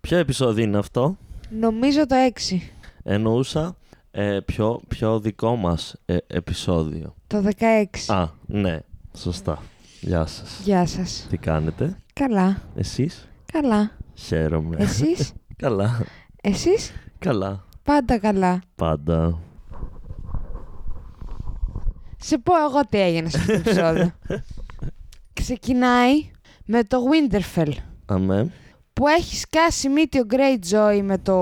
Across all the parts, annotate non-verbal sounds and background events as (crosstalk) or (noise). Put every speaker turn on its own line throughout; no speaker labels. Ποιο επεισόδιο είναι αυτό.
Νομίζω το 6.
Εννοούσα ε, ποιο, ποιο δικό μας ε, επεισόδιο.
Το 16.
Α, ναι. Σωστά. Γεια σας.
Γεια σας.
Τι κάνετε.
Καλά.
Εσείς.
Καλά.
Χαίρομαι.
Εσείς.
(laughs) Καλά.
Εσείς.
Καλά.
Πάντα καλά.
Πάντα.
Σε πω εγώ τι
(laughs)
έγινε σε αυτό το επεισόδιο. Ξεκινάει με το Winterfell
Αμέ.
που έχει σκάσει μύτη ο Greyjoy με το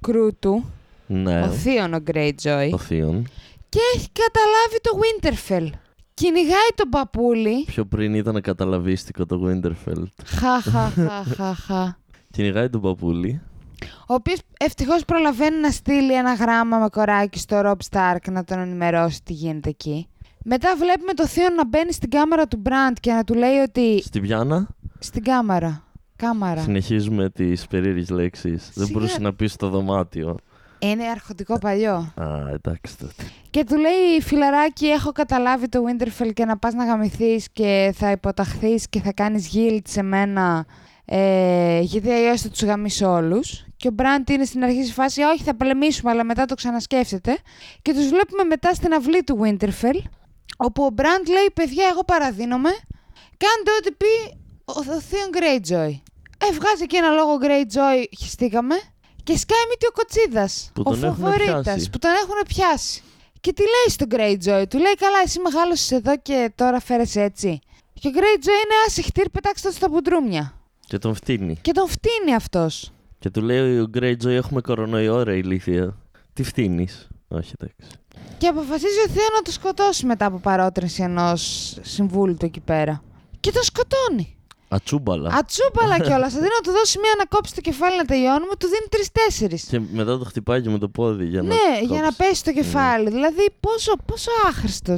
κρού του,
Ναι.
ο θείον ο Greyjoy
Το θείον.
και έχει καταλάβει το Winterfell. Κυνηγάει τον παπούλι.
Πιο πριν ήταν καταλαβίστικο το Winterfell.
Χαχαχαχαχα.
Κυνηγάει τον παπούλι.
Ο οποίος ευτυχώς προλαβαίνει να στείλει ένα γράμμα με κοράκι στο Ρομπ Σταρκ να τον ενημερώσει τι γίνεται εκεί. Μετά βλέπουμε το θείο να μπαίνει στην κάμερα του Μπραντ και να του λέει ότι.
Στην πιάνα
Στην κάμερα. Κάμαρα.
συνεχίζουμε τις περίεργες λέξεις. Δεν
Σιγά.
μπορούσε να πεις στο δωμάτιο.
Είναι αρχοντικό παλιό.
Α, εντάξει τότε.
Και του λέει φιλαράκι, έχω καταλάβει το Winterfell και να πας να γαμηθείς και θα υποταχθείς και θα κάνεις yield σε μένα ε, γιατί αλλιώς θα τους γαμίσω όλους. Και ο Μπραντ είναι στην αρχή στη φάση, «Α, όχι θα πολεμήσουμε αλλά μετά το ξανασκέφτεται. Και τους βλέπουμε μετά στην αυλή του Winterfell όπου ο Μπραντ λέει παιδιά εγώ παραδίνομαι, κάντε ό,τι πει ο, ο Theon Greyjoy. Ε, βγάζει και ένα λόγο Greyjoy, χιστήκαμε. Και σκάει μύτη ο Κοτσίδας,
Που
ο
τον έχουνε
φοβορίτας,
πιάσει.
που τον έχουν πιάσει. Και τι λέει στον Greyjoy, του λέει καλά εσύ μεγάλωσες εδώ και τώρα φέρεσαι έτσι. Και ο Greyjoy είναι άσε χτύρ πετάξτε το στα μπουντρούμια.
Και τον φτύνει.
Και τον φτύνει αυτός.
Και του λέει ο Greyjoy έχουμε κορονοϊό ρε ηλίθεια. Τι φτύνεις. Όχι εντάξει.
Και αποφασίζει ο Θεό να το σκοτώσει μετά από παρότρινση ενός συμβούλου του εκεί πέρα. Και τον σκοτώνει.
Ατσούμπαλα.
Ατσούπαλα κιόλα. Αντί να του δώσει μία ανακόψη στο κεφάλι να τελειώνουμε, του δίνει τρει-τέσσερι.
Και μετά το χτυπάει και με το πόδι για να
Ναι, για να
κόψει.
πέσει το κεφάλι. Δηλαδή, πόσο, πόσο άχρηστος.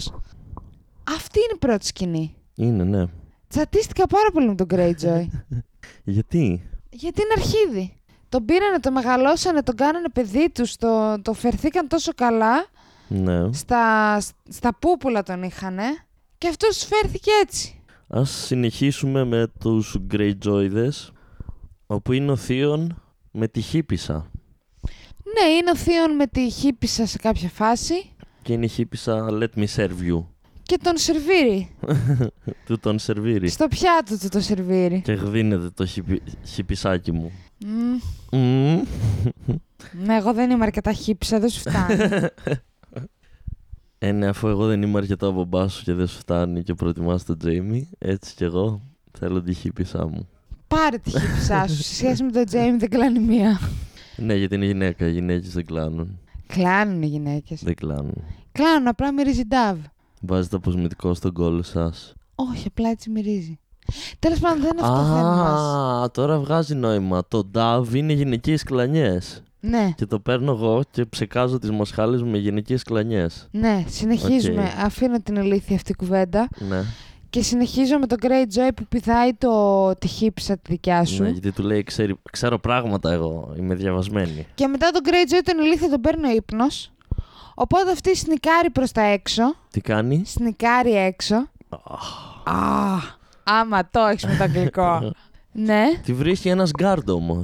Αυτή είναι η πρώτη σκηνή.
Είναι, ναι.
Τσατίστηκα πάρα πολύ με τον Greyjoy.
Γιατί.
Γιατί είναι αρχίδι. Τον πήρανε, τον μεγαλώσανε, τον κάνανε παιδί τους, το, το φερθήκαν τόσο καλά.
Ναι.
Στα, στα πούπουλα τον είχανε. Και αυτός φέρθηκε έτσι.
Ας συνεχίσουμε με τους Greyjoyδες, όπου είναι ο Θείον με τη Χίπισσα.
Ναι, είναι ο Θείον με τη χύπησα σε κάποια φάση
Και είναι η Χίπισσα let me serve you.
και τον σερβίρει.
Του τον σερβίρει.
Στο πιάτο του το σερβίρει.
Και γδίνεται το χιπι- χιπισάκι μου.
Μμμ.
(laughs) Μμμ.
Ναι, εγώ δεν είμαι αρκετά χύψα, δεν σου
(laughs)
φτάνει.
Ε, ναι, αφού εγώ δεν είμαι αρκετά μπομπά σου και δεν σου φτάνει και προτιμάς τον Τζέιμι, έτσι κι εγώ θέλω τη χίπισά μου.
Πάρε τη χύψα σου. Σε σχέση με τον Τζέιμι δεν κλάνει μία.
Ναι, γιατί είναι γυναίκα. Οι γυναίκες δεν κλάνουν.
Κλάνουν οι γυναίκες.
Δεν κλάνουν.
Κλάνουν, απλά μυρίζει νταβ.
Βάζετε αποσμητικό στον κόλλο σας.
Όχι, απλά έτσι μυρίζει. Τέλος πάντων, δεν είναι αυτό το θέμα μας.
Α, τώρα βγάζει νόημα. Το νταβ είναι γυναικείε κλανιές.
Ναι,
Και το παίρνω εγώ και ψεκάζω τις μοσχάλε μου με γυναικείε κλανιές.
ναι, συνεχίζουμε.
Οκ.
Αφήνω την ηλίθια αυτή κουβέντα
Ναι.
και συνεχίζω με τον Greyjoy που πηδάει το... τη χύψα τη δικιά Ε, σου.
ναι, γιατί του λέει ξέρει, ξέρω πράγματα εγώ. Είμαι διαβασμένη.
Και μετά τον Greyjoy τον ηλίθιο τον παίρνει ο ύπνος. Οπότε αυτή σνικάρει προς τα έξω.
Τι κάνει.
Σνικάρει έξω. Α, άμα το έχεις με το
(laughs)
αγγλικό. ναι.
Τη βρίσκει ένας γκάρντ όμω.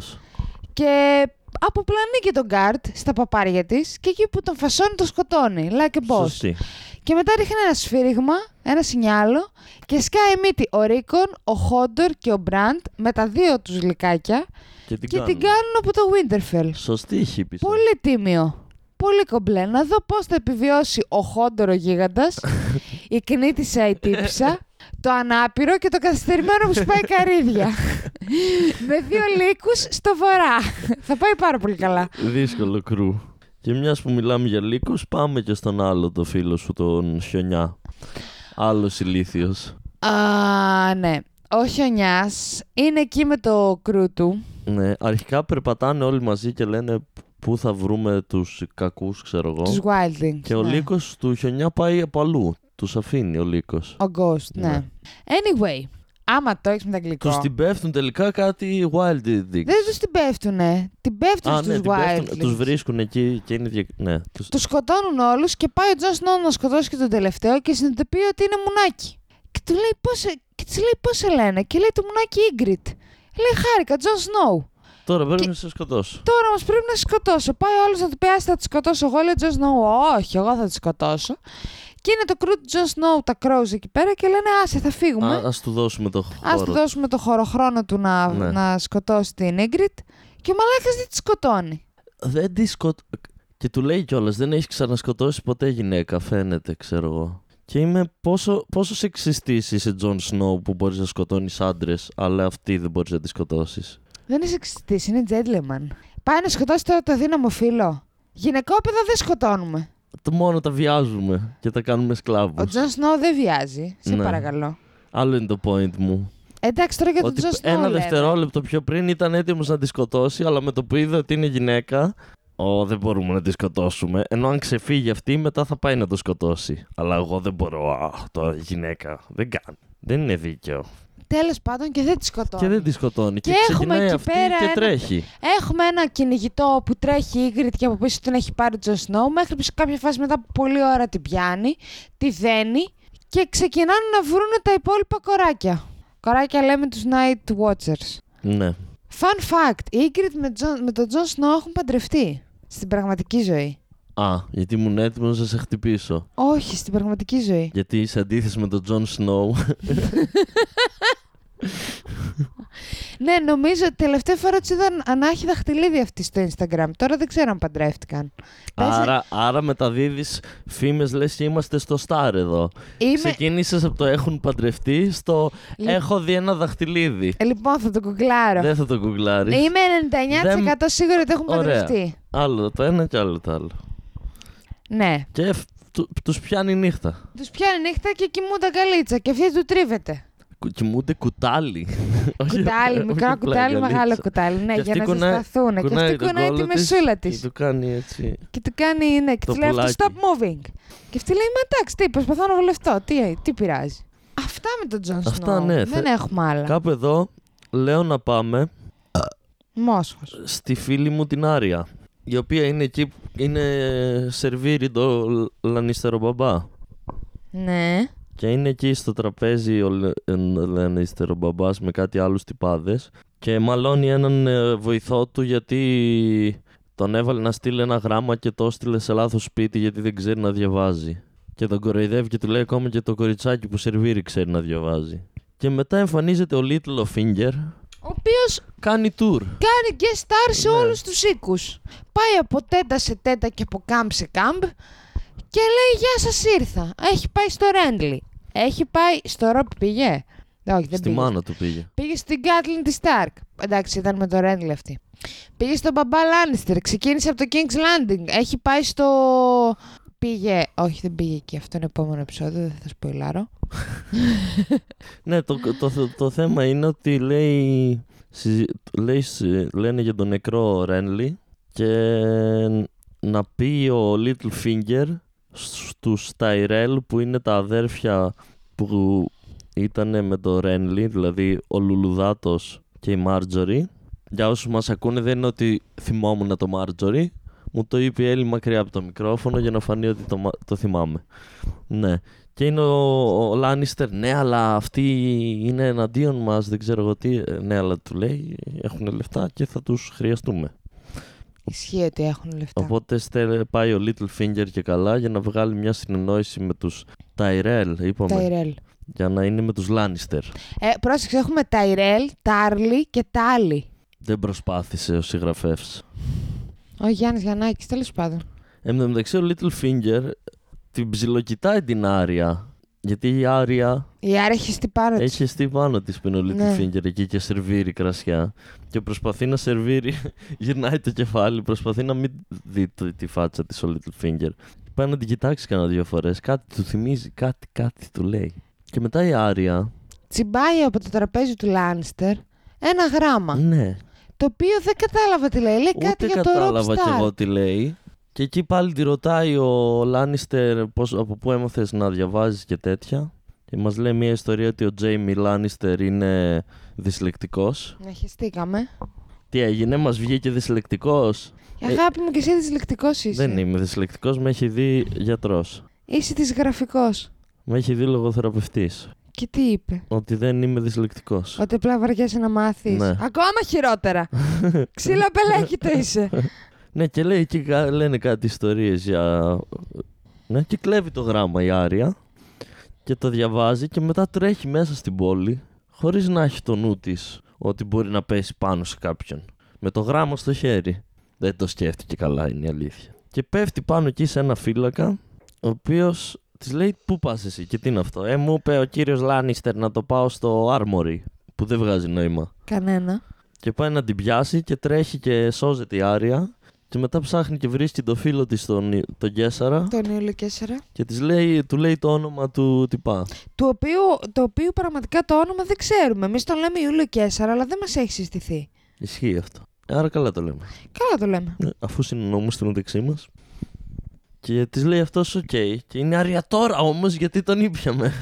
Και αποπλανεί και τον Γκάρτ στα παπάρια της και εκεί που τον φασώνει τον σκοτώνει. Like a boss.
Σωστή.
Και μετά ρίχνει ένα σφύριγμα, ένα σινιάλο και σκάει μύτη ο Ρίκον, ο Χόντορ και ο Μπραντ με τα δύο τους γλυκάκια
Και την
και
κάνει.
την κάνουν από το Winterfell.
Σωστή η χύπισσα.
Πολύ τίμιο. Πολύ κομπλέ. Να δω πώς θα επιβιώσει ο Χόντορο γίγαντας,
(laughs)
η κνήτησα η τύψα, το ανάπηρο και το καθυστερημένο που σπάει
(laughs)
καρύδια. Με δύο λύκους στο βορρά. θα πάει πάρα πολύ καλά.
Δύσκολο κρού. Και μιας που μιλάμε για λύκους, πάμε και στον άλλο το φίλο σου, τον Χιονιά. Άλλος ηλίθιος.
Α, ναι. Ο Χιονιάς είναι εκεί με το κρού του.
Ναι, αρχικά περπατάνε όλοι μαζί και λένε πού θα βρούμε τους κακούς, ξέρω εγώ.
Τους Wildings.
Και ο
ναι.
λύκος του Χιονιά πάει από αλλού. Τους αφήνει ο λύκος.
Ο Ghost, ναι.
Ναι.
Anyway, άμα το έχεις με τα αγγλικά.
Τους την πέφτουν τελικά κάτι wild dick.
Δεν τους την πέφτουνε. Την πέφτουν
Α, ναι,
στους Wildlings.
τους βρίσκουν εκεί και είναι. δια- Ναι, τους...
Τους σκοτώνουν όλους και πάει ο Τζον Σνόου να σκοτώσει και τον τελευταίο και συνειδητοποιεί ότι είναι μουνάκι. Και του λέει πώς. Και της λέει πώς σε λένε. Και λέει το μουνάκι Ιγκριτ. Λέει χάρηκα, Τζον Σνόου.
Τώρα πρέπει
Και-
να σε σκοτώσω.
Τώρα όμως πρέπει να σε σκοτώσω. Πάει ο άλλο να του πει: Άστα, θα τη σκοτώσω. Εγώ λέω: Τζον Σνόου, όχι, εγώ θα τη σκοτώσω. Και είναι το κρού του Τζον Σνόου, τα Crows εκεί πέρα και λένε: Άσε, θα φύγουμε.
Α ας του δώσουμε το χώρο.
Α του δώσουμε το χωροχρόνο του να,
Ναι.
να σκοτώσει την Ingrid. Και ο Μαλάκας δεν τη σκοτώνει.
Δεν τη σκοτ... Και του λέει κιόλας, δεν έχεις ξανασκοτώσει ποτέ γυναίκα, φαίνεται, ξέρω εγώ. Και είμαι πόσο, πόσο σεξιστής είσαι, Τζον Σνόου, που μπορείς να σκοτώνεις άντρες, αλλά αυτή δεν μπορείς να τη σκοτώσεις.
Δεν είσαι εξιστή, είναι gentleman. Πάει να σκοτώσει τώρα το δύναμο φίλο. Γυναικόπαιδα δεν σκοτώνουμε.
Μόνο τα βιάζουμε και τα κάνουμε
Ο
σκλάβους.
Τζον Σνόου δεν βιάζει. Σε
Ναι.
παρακαλώ.
Άλλο είναι το point μου.
Εντάξει, τώρα για τον
Ότι
Ε, Τζον Σνόου.
ένα
λέμε.
δευτερόλεπτο πιο πριν ήταν έτοιμος να τη σκοτώσει, αλλά με το που είδε ότι είναι γυναίκα, Ω, δεν μπορούμε να τη σκοτώσουμε. Ενώ αν ξεφύγει αυτή, μετά θα πάει να το σκοτώσει. Αλλά εγώ δεν μπορώ. Α, τώρα γυναίκα. Δεν κάνει. Δεν είναι δίκαιο.
Τέλος πάντων και δεν τη σκοτώνει.
Και δεν τη σκοτώνει. Και,
Και έχουμε
ξεκινάει
εκεί
αυτή
πέρα
και
ένα-
τρέχει.
Έχουμε ένα κυνηγητό που τρέχει η Ingrid και από πίσω την έχει πάρει ο Τζον Σνόου. Μέχρι που σε κάποια φάση μετά από πολλή ώρα την πιάνει, τη δένει και ξεκινάνε να βρούνε τα υπόλοιπα κοράκια. Κοράκια λέμε τους Night Watchers.
Ναι.
Fun fact, η Ingrid με, Τζον- με τον Τζον Σνόου έχουν παντρευτεί στην πραγματική ζωή.
Α, γιατί ήμουν έτοιμος να σε χτυπήσω.
Όχι, στην πραγματική ζωή.
Γιατί σε αντίθεση με τον Τζον Σνόου.
Ναι, νομίζω ότι τελευταία φορά τους είδαν ανάχη δαχτυλίδι αυτή στο Instagram. Τώρα δεν ξέρω αν παντρεύτηκαν. Πες-
άρα, άρα μεταδίδεις φήμες, λες και είμαστε στο Στάρ εδώ.
Είμαι...
Ξεκίνησες από το έχουν παντρευτεί στο
Λι-
έχω δει ένα δαχτυλίδι.
Ε, Λοιπόν, θα το κουκλάρω.
Δεν θα το γκουγκλάρει.
Είμαι 99% σίγουρη ότι έχουν
Ωραία.
παντρευτεί.
Άλλο το ένα και άλλο το άλλο.
Ναι.
Και του πιάνει η νύχτα.
Τους πιάνει νύχτα και κοιμούνται αγκαλίτσα και αυτή του τρίβεται.
Κου- Κοιμούνται κουτάλι. Όχι-
κουτάλι,
όχι
μικρό
απλά
κουτάλι,
αγκαλίτσα.
μεγάλο κουτάλι. Ναι,
Και
για
αυτή
να
κουνάει-
ζεσταθούν. Και αυτή
τον
κουνάει τη
κόλλο της
μεσούλα της.
Και του κάνει έτσι.
Και του κάνει, ναι, και
Το
τη λέει αυτό,
πουλάκι.
stop moving. Και αυτή λέει, μα εντάξει, τι, προσπαθώ να βολευτώ. Τι, τι πειράζει. Αυτά με τον Τζον
Αυτά,
Σνόου.
ναι,
Δεν
θε-
έχουμε άλλα. Κα...
Κάπου εδώ λέω να πάμε
Μόσχος.
στη φίλη μου την Άρια. Η οποία είναι εκεί, που- είναι σερβίρι το λανιστερό μπαμπά.
Ναι.
Και είναι εκεί στο τραπέζι ο Λε- ε, Λανίστερο μπαμπάς με κάτι άλλους τυπάδες και μαλώνει έναν ε, βοηθό του γιατί τον έβαλε να στείλει ένα γράμμα και το έστειλε σε λάθος σπίτι γιατί δεν ξέρει να διαβάζει. Και τον κοροϊδεύει και του λέει ακόμα και το κοριτσάκι που σερβίρει ξέρει να διαβάζει. Και μετά εμφανίζεται ο Little Finger,
Ο οποίος
κάνει tour.
κάνει guest star σε
Ναι.
όλους τους οίκους. Πάει από τέτα σε τέτα και από κάμπ σε κάμπ και λέει «Γεια σας ήρθα». Έχει πάει στο Ρέντλι. Έχει πάει στο Ρόπ πήγε. Όχι, δεν
Στη
πήγε.
μάνα του πήγε.
Πήγε στην Κάτλιν της Σταρκ. Εντάξει, ήταν με το Ρέντλι αυτή. Πήγε στον Μπαμπά Λάνιστερ. Ξεκίνησε από το King's Landing. Έχει πάει στο. Πήγε. Όχι, δεν πήγε εκεί. Αυτό είναι επόμενο επεισόδιο. Δεν θα σποϊλάρω.
Ναι, το, το, το, το θέμα είναι ότι λέει, συζη- λέει, συ- λένε για τον νεκρό Ρένλι και να πει ο Little Finger στους Tyrell που είναι τα αδέρφια που ήταν με τον Ρένλι, δηλαδή ο Λουλουδάτος και η Μάρτζορι. Για όσους μας ακούνε δεν είναι ότι θυμόμουν το Μάρτζορι, μου το είπε η Έλλη μακριά από το μικρόφωνο για να φανεί ότι το, μα- το θυμάμαι. Ναι. Και είναι ο, ο Λάνιστερ, ναι, αλλά αυτοί είναι εναντίον μας, δεν ξέρω εγώ τι. Ε, Ναι, αλλά του λέει, έχουν λεφτά και θα τους χρειαστούμε.
Ισχύει ότι έχουν λεφτά.
Οπότε στε- πάει ο Littlefinger και καλά για να βγάλει μια συνεννόηση με τους Ταϊρέλ, είπαμε.
Ταϊρέλ.
Για να είναι με τους Λάνιστερ.
Ε, πρόσεξε, έχουμε Ταϊρέλ, Τάρλι και Τάλι.
Δεν προσπάθησε ο συγγραφέα.
Ο Γιάννης Γιαννάκης, τέλος πάντων.
Εν τω μεταξύ, ο Littlefinger την ψιλοκοιτάει την Άρια. Γιατί η Άρια
Η Άρα έχει στην πάνω της.
Έχει στεί πάνω της πινολίτη
Ναι.
ναι. finger εκεί και σερβίρει κρασιά. Και προσπαθεί να σερβίρει, (laughs) γυρνάει το κεφάλι, προσπαθεί να μην δει το- τη φάτσα της ο Little Finger. Πάει να την κοιτάξει κανένα δύο φορές. Κάτι του θυμίζει, κάτι, κάτι του λέει. Και μετά η Άρια.
Τσιμπάει από το τραπέζι του Λάνιστερ ένα γράμμα.
Ναι,
Το οποίο δεν κατάλαβα τι λέει. Λέει ε, κάτι
ούτε
για το
κατάλαβα κι
Rockstar.
εγώ τι λέει. Και εκεί πάλι τη ρωτάει ο Λάνιστερ πώς, από πού έμαθες να διαβάζεις και τέτοια. Και μας λέει μια ιστορία ότι ο Τζέιμι Λάνιστερ είναι δυσλεκτικός.
Να χεστήκαμε.
Τι έγινε, μας βγήκε δυσλεκτικός. Ε,
Αγάπη μου και εσύ δυσλεκτικός είσαι.
Δεν είμαι δυσλεκτικός, με έχει δει γιατρός.
Είσαι δυσγραφικός.
Με έχει δει λογοθεραπευτής.
Και τι είπε.
Ότι δεν είμαι δυσλεκτικός.
Ότι απλά βαριέσαι να μάθεις.
Ναι.
Ακόμα
(laughs)
χειρότερα. Ξύλα πελέκι το είσαι.
Ναι, και λέει και κα- λένε κάτι ιστορίες για. Ναι, και κλέβει το γράμμα η Άρια και το διαβάζει και μετά τρέχει μέσα στην πόλη χωρίς να έχει το νου της ότι μπορεί να πέσει πάνω σε κάποιον. Με το γράμμα στο χέρι. Δεν το σκέφτηκε καλά, είναι η αλήθεια. Και πέφτει πάνω εκεί σε ένα φύλακα, ο οποίος της λέει: Πού πας εσύ και τι είναι αυτό. Ε, μου είπε ο κύριος Λάνιστερ να το πάω στο Armory, που δεν βγάζει νόημα.
Κανένα.
Και πάει να την πιάσει και τρέχει και σώζεται η Άρια. Και μετά ψάχνει και βρίσκει το φίλο της τον, Ι- τον Κέσαρα
Τον Ιούλιο 4.
και της λέει, του λέει το όνομα του τυπά.
Του οποίου, το οποίο πραγματικά το όνομα δεν ξέρουμε. Εμείς τον λέμε Ιούλιο 4, αλλά δεν μας έχει συστηθεί.
Ισχύει αυτό. Άρα καλά το λέμε.
Καλά το λέμε.
Ναι, αφού συνεννοούμε στην μεταξύ μας. Και της λέει αυτός οκ. Και είναι Άρια τώρα όμως γιατί τον ήπιαμε.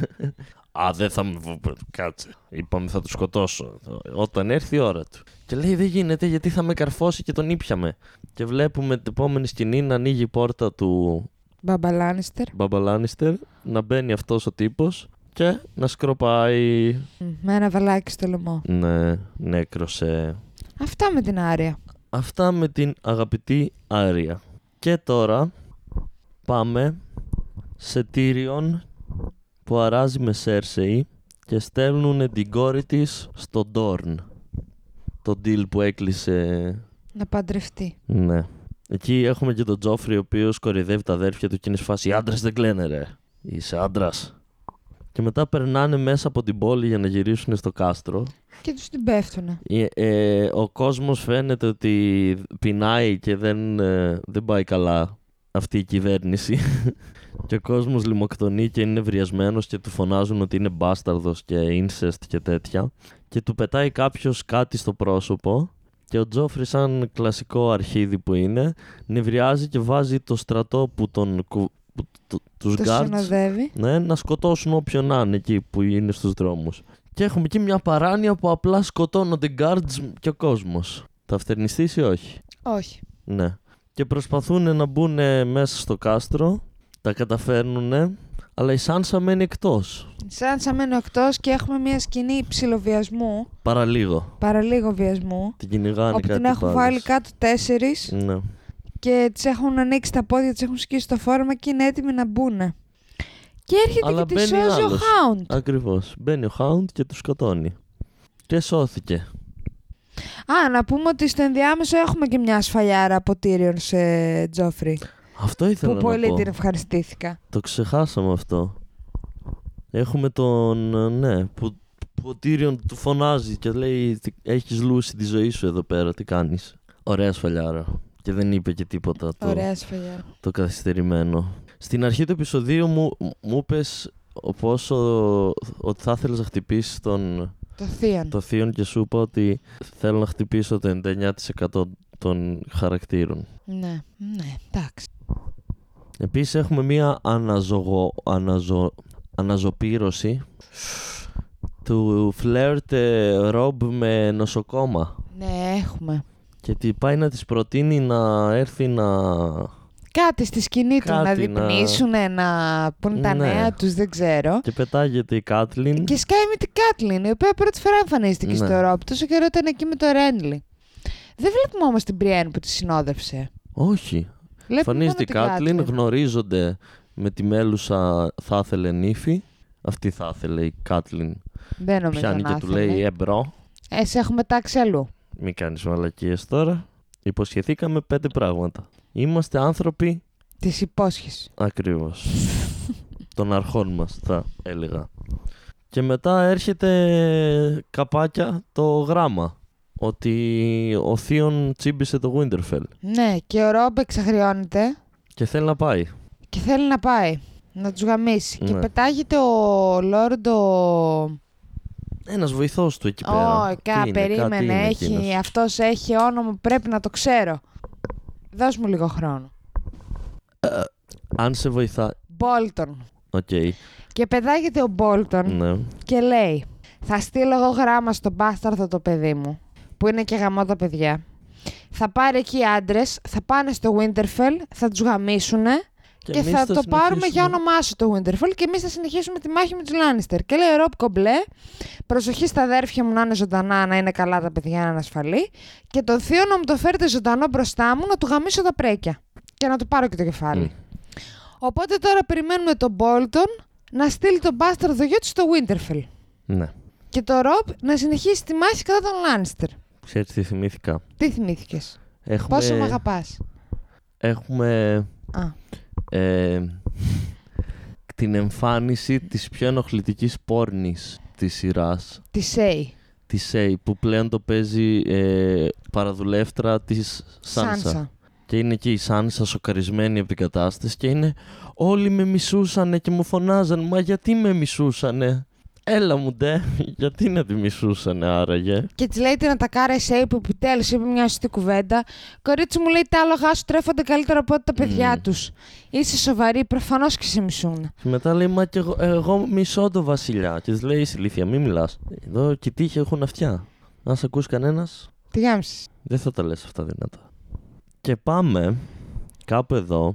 Α, δεν θα με βου- Κάτσε. Είπαμε θα του σκοτώσω. Όταν έρθει η ώρα του. Και λέει δεν γίνεται γιατί θα με καρφώσει και τον ήπιαμε. Και βλέπουμε την επόμενη σκηνή να ανοίγει η πόρτα του
Μπαμπαλάνιστερ.
Μπάμπα Λάνιστερ, να μπαίνει αυτός ο τύπος και να σκροπάει.
Με ένα βαλάκι στο λαιμό.
Ναι, νέκρωσε.
Αυτά με την Άρια.
Αυτά με την αγαπητή Άρια. Και τώρα πάμε σε Τύριον που αράζει με Σέρσεϊ και στέλνουν την κόρη της στο Ντόρν. Το deal που έκλεισε.
Να παντρευτεί.
Ναι. Εκεί έχουμε και τον Τζόφρι ο οποίος κορυδεύει τα αδέρφια του και είναι σε φάση άντρες δεν κλαίνε ρε. Είσαι άντρας. Και μετά περνάνε μέσα από την πόλη για να γυρίσουν στο κάστρο.
Και τους την πέφτουνε.
Ε, ε, ο κόσμος φαίνεται ότι πεινάει και δεν, ε, δεν πάει καλά αυτή η κυβέρνηση. (laughs) και ο κόσμος λιμοκτονεί και είναι ευριασμένος και του φωνάζουν ότι είναι μπάσταρδος και incest και τέτοια. Και του πετάει κάποιος κάτι στο πρόσωπο και ο Τζόφρι σαν κλασικό αρχίδι που είναι νευριάζει και βάζει το στρατό που τον... κου- Που, το, τους
Το
guards
συνοδεύει.
ναι, να σκοτώσουν όποιον να είναι εκεί που είναι στους δρόμους. Και έχουμε εκεί μια παράνοια που απλά σκοτώνονται guards και ο κόσμος. Θα φτερνιστείς ή όχι.
Όχι.
Ναι. Και προσπαθούν να μπουν μέσα στο κάστρο, τα καταφέρνουν, αλλά η Σάνσα μένει εκτός.
Σαν σαν μένω εκτός και έχουμε μια σκηνή ψηλοβιασμού,
Παραλίγο.
παραλίγο βιασμού,
Την κυνηγάνε
όπου
κάτι
την έχουν
πάλι.
βάλει κάτω τέσσερις
Ναι.
και τη έχουν ανοίξει τα πόδια, τη έχουν σκίσει το φόρμα και είναι έτοιμοι να μπουν. Και έρχεται
Αλλά
και τη
μπαίνει
σώζει ο
άλλος.
Hound.
Ακριβώς. Μπαίνει ο Hound και τους σκοτώνει. Και σώθηκε.
Α, να πούμε ότι στο ενδιάμεσο έχουμε και μια ασφαλιάρα από Tyrion σε Τζόφρι.
Αυτό ήθελα
Που
να
πολύ
πω.
την ευχαριστήθηκα.
Το ξεχάσαμε αυτό. Έχουμε τον. ε, Ναι, που, που ο Τύριον του φωνάζει και λέει: Έχεις λούσει τη ζωή σου εδώ πέρα, τι κάνεις. Ωραία σφαλιάρα. Και δεν είπε και τίποτα το,
Ωραία ασφαλιάρα.
το καθυστερημένο. Στην αρχή του επεισοδίου μου, μου είπες πόσο ότι θα ήθελες να χτυπήσεις τον,
Το Θείον.
το θείο και σου είπα ότι θέλω να χτυπήσω το 99% των χαρακτήρων.
Ναι, ναι, εντάξει.
Επίσης έχουμε μία αναζωγο... αναζω... αναζωπήρωση του φλερτ ε, Ρομπ με νοσοκόμα
Ναι, έχουμε.
και τι πάει να της προτείνει να έρθει να...
Κάτι στη σκηνή του να
Κάτι να-
διπνήσουνε, να πούν τα
Ναι.
νέα τους, δεν ξέρω.
και πετάγεται η Κάτλιν
Και σκάει με την Κάτλιν, η οποία πρώτη φορά εμφανίστηκε
Ναι.
στο Ρόπ. Τόσο καιρό ήταν εκεί με το Ρένλι. Δεν βλέπουμε όμως την Μπριέν που τη συνόδευσε.
όχι
Βλέπουμε
εμφανίζεται η
μόνο την
Κάτλιν, γνωρίζονται με τη μέλουσα θα ήθελε νύφη αυτή θα ήθελε η Κάτλιν
Δεν νομίζω
πιάνει
να
και του
ήθελε.
λέει ε μπρο
Ε, σε έχουμε τάξει αλλού.
μην κάνεις μαλακίες τώρα υποσχεθήκαμε πέντε πράγματα είμαστε άνθρωποι
Της υπόσχεσης.
Ακριβώς.
(laughs)
Των αρχών μας θα έλεγα. Και μετά έρχεται καπάκια το γράμμα. Ότι ο Θείον τσίμπησε το Winterfell
Ναι, και ο Ρόμπ εξαγριώνεται
και θέλει να πάει.
και θέλει να πάει να τους γαμίσει. Και
Ναι.
πετάγεται ο Λόρντο
Ένας βοηθός του εκεί πέρα.
Ω,
Τι
κα,
είναι, κάτι
περίμενε,
είναι
έχει,
εκείνος.
αυτός έχει όνομα, πρέπει να το ξέρω. Δώσ' μου λίγο χρόνο.
Αν σε βοηθάει.
Μπόλτον.
Οκ.
Και πετάγεται ο Μπόλτον
Ναι.
και λέει «Θα στείλω εγώ γράμμα στον μπάσταρδο το παιδί μου, που είναι και γαμό τα παιδιά. Θα πάρει εκεί άντρες, θα πάνε στο Winterfell, θα τους γαμίσουνε Και,
εμείς
θα, το πάρουμε
συνεχίσουμε.
για όνομά σου το Winterfell και εμείς θα συνεχίσουμε τη μάχη με τους Λάνιστερ. Και λέει Ροπ Κομπλέ, προσοχή στα αδέρφια μου να είναι ζωντανά, να είναι καλά τα παιδιά, να είναι ασφαλή. Και τον θείο να μου το φέρετε ζωντανό μπροστά μου, να του γαμίσω τα πρέκια. Και να του πάρω και το κεφάλι. Οπότε τώρα περιμένουμε τον Μπόλτον να στείλει τον μπάσταρδο γιο του στο Winterfell.
Ναι.
Και το Ροπ να συνεχίσει τη μάχη κατά τον Λάνιστερ.
Ξέρεις τι θυμήθηκα.
Τι θυμήθηκες.
Έχουμε...
Πόσο με αγαπάς.
Έχουμε
Α,
ε, την εμφάνιση της πιο ενοχλητικής πόρνης της σειράς.
τη Σέι.
Τη Σέι που πλέον το παίζει ε, παραδουλεύτρα της Σάνσα. Και είναι εκεί η Σάνσα σοκαρισμένη από την κατάσταση και είναι Όλοι με μισούσανε και μου φωνάζαν. Μα γιατί με μισούσανε. Έλα μου ντε, (laughs) γιατί να τη μισούσανε άραγε.
Και της λέει την Ατακάρα Εσέη που επιτέλους είπε μια σωστή κουβέντα. Κορίτσι μου λέει τα άλογα σου τρέφονται καλύτερα από ό,τι τα παιδιά
Μμμ.
τους. του. Είσαι σοβαρή, προφανώς και σε μισούν.
Και μετά λέει, μα και εγώ, εγώ μισώ το βασιλιά. Και της λέει, είσαι ηλίθεια, μην μιλάς. Εδώ και τύχη έχουν αυτιά. Αν σε ακούσει κανένας,
Τι γάμισες.
δεν θα τα λες αυτά δυνατά. Και πάμε κάπου εδώ,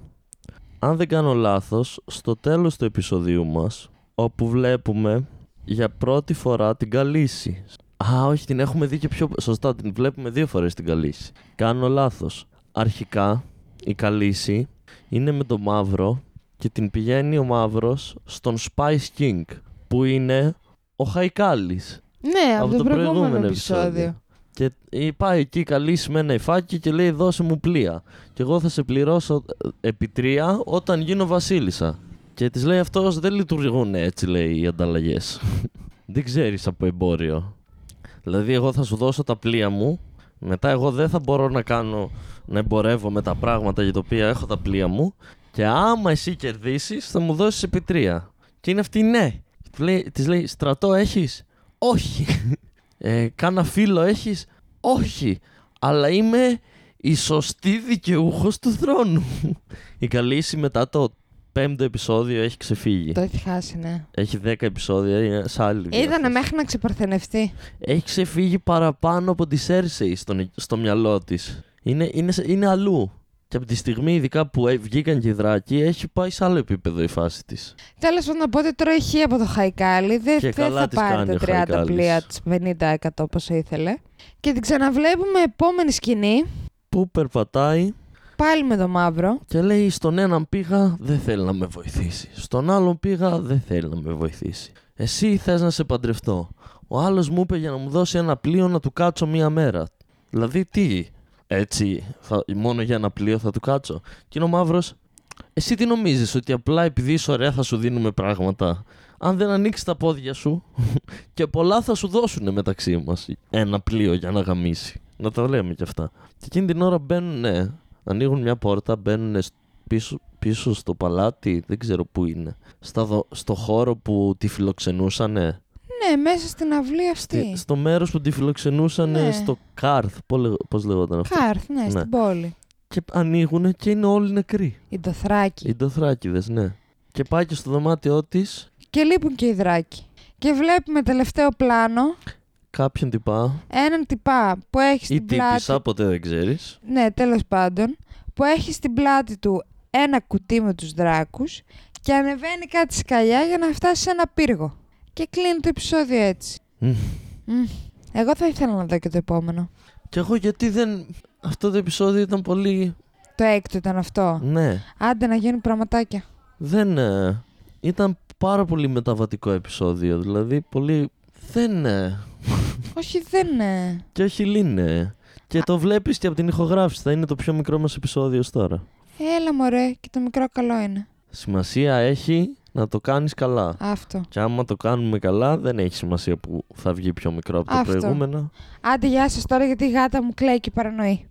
αν δεν κάνω λάθος, στο τέλος του επεισοδίου μας, όπου βλέπουμε για πρώτη φορά την Καλύση. Α, όχι, την έχουμε δει και πιο... Σωστά, την βλέπουμε δύο φορές την Καλύση. Κάνω λάθος. Αρχικά, η Καλύση είναι με τον Μαύρο και την πηγαίνει ο Μαύρος στον Spice King, που είναι ο Χαϊκάλης.
Ναι, από,
Από
το
το
προηγούμενο,
προηγούμενο
επεισόδιο.
επεισόδιο. Και ε, πάει εκεί καλή με ένα υφάκι και λέει δώσε μου πλοία. Και εγώ θα σε πληρώσω ε, επί τρία όταν γίνω βασίλισσα. Και της λέει αυτός δεν λειτουργούν έτσι λέει οι ανταλλαγές. (laughs) δεν ξέρεις από εμπόριο. Δηλαδή εγώ θα σου δώσω τα πλοία μου. Μετά εγώ δεν θα μπορώ να κάνω να εμπορεύω με τα πράγματα για τα οποία έχω τα πλοία μου. Και άμα εσύ κερδίσεις θα μου δώσεις επί τρία. Και είναι αυτή ναι. Της λέει, της λέει στρατό έχεις. Όχι. (laughs) Ε, κάνα φίλο έχεις. Όχι. Αλλά είμαι η σωστή δικαιούχος του θρόνου. (laughs) Η Καλύση μετά το πέμπτο επεισόδιο έχει ξεφύγει.
Το έχει χάσει, ναι.
Έχει δέκα επεισόδια, είναι σε άλλη
Ήτανε
διάθεση.
μέχρι να ξεπαρθενευτεί.
Έχει ξεφύγει παραπάνω από τη Σέρσεϊ στο, στο μυαλό της. Είναι, είναι, σε- είναι αλλού. Και από τη στιγμή ειδικά που ε, βγήκαν και οι δράκοι, έχει πάει σε άλλο επίπεδο η φάση της.
Τέλος πάντων, να πω ότι τρώει χ από το Χαϊκάλι. Δεν
Και
δεν
καλά
θα
της
πάρει
κάνει
τα
ο
30
Χαϊκάλης.
πλοία, τις 50% όπως ήθελε. Και την ξαναβλέπουμε επόμενη σκηνή,
Που περπατάει
πάλι με το μαύρο.
και λέει στον έναν πήγα δεν θέλει να με βοηθήσει. Στον άλλον πήγα δεν θέλει να με βοηθήσει. Εσύ θες να σε παντρευτώ. Ο άλλος μου είπε για να μου δώσει ένα πλοίο να του κάτσω μία μέρα. Δηλαδή τι, έτσι, θα, μόνο για ένα πλοίο θα του κάτσω. Και είναι ο μαύρος, εσύ τι νομίζεις ότι απλά επειδή είσαι ωραία θα σου δίνουμε πράγματα. Αν δεν ανοίξεις τα πόδια σου (laughs) και πολλά θα σου δώσουν μεταξύ μας ένα πλοίο για να γαμίσει. Να τα λέμε κι αυτά. Και εκείνη την ώρα μπαίνουν, ναι, ανοίγουν μια πόρτα, μπαίνουν σ- πίσω, πίσω στο παλάτι, δεν ξέρω πού είναι. Στα δο- στο χώρο που τη φιλοξενούσανε.
Ναι, μέσα στην αυλή αυτή.
Στη- στο μέρος που τη φιλοξενούσανε
Ναι.
στο Κάρθ. Πώς λέγο- πώς λεγόταν αυτό.
Κάρθ, ναι,
Ναι.
στην πόλη.
Και ανοίγουν και είναι όλοι νεκροί.
Η Ντοθράκη.
Οι ντοθράκιδες, ναι. Και πάει και στο δωμάτιό της
Και λείπουν και οι δράκοι. Και βλέπουμε τελευταίο πλάνο
κάποιον τυπά.
έναν τυπά που έχει
Ή
στην πλάτη.
τύπησα, ποτέ δεν ξέρεις.
Ναι, τέλος πάντων. Που έχει στην πλάτη του ένα κουτί με τους δράκους και ανεβαίνει κάτι σκαλιά για να φτάσει σε ένα πύργο. Και κλείνει το επεισόδιο έτσι. Μμμ. Εγώ θα ήθελα να δω και το επόμενο.
Κι εγώ γιατί δεν. Αυτό το επεισόδιο ήταν πολύ.
Το έκτο ήταν αυτό.
Ναι.
Άντε να γίνουν πραγματάκια.
Δεν. ε, ήταν πάρα πολύ μεταβατικό επεισόδιο. Δηλαδή, πολύ. Δεν. ε,
Όχι, δεν είναι.
και όχι λύνε. Και το βλέπεις και από την ηχογράφηση. Θα είναι το πιο μικρό μας επεισόδιο ως τώρα.
Έλα μωρέ, και το μικρό καλό είναι.
Σημασία έχει να το κάνεις καλά.
Αυτό.
Και άμα το κάνουμε καλά, δεν έχει σημασία που θα βγει πιο μικρό από το
Αυτό.
προηγούμενο.
Άντε, γεια σας τώρα, γιατί η γάτα μου κλαίει και παρανοεί.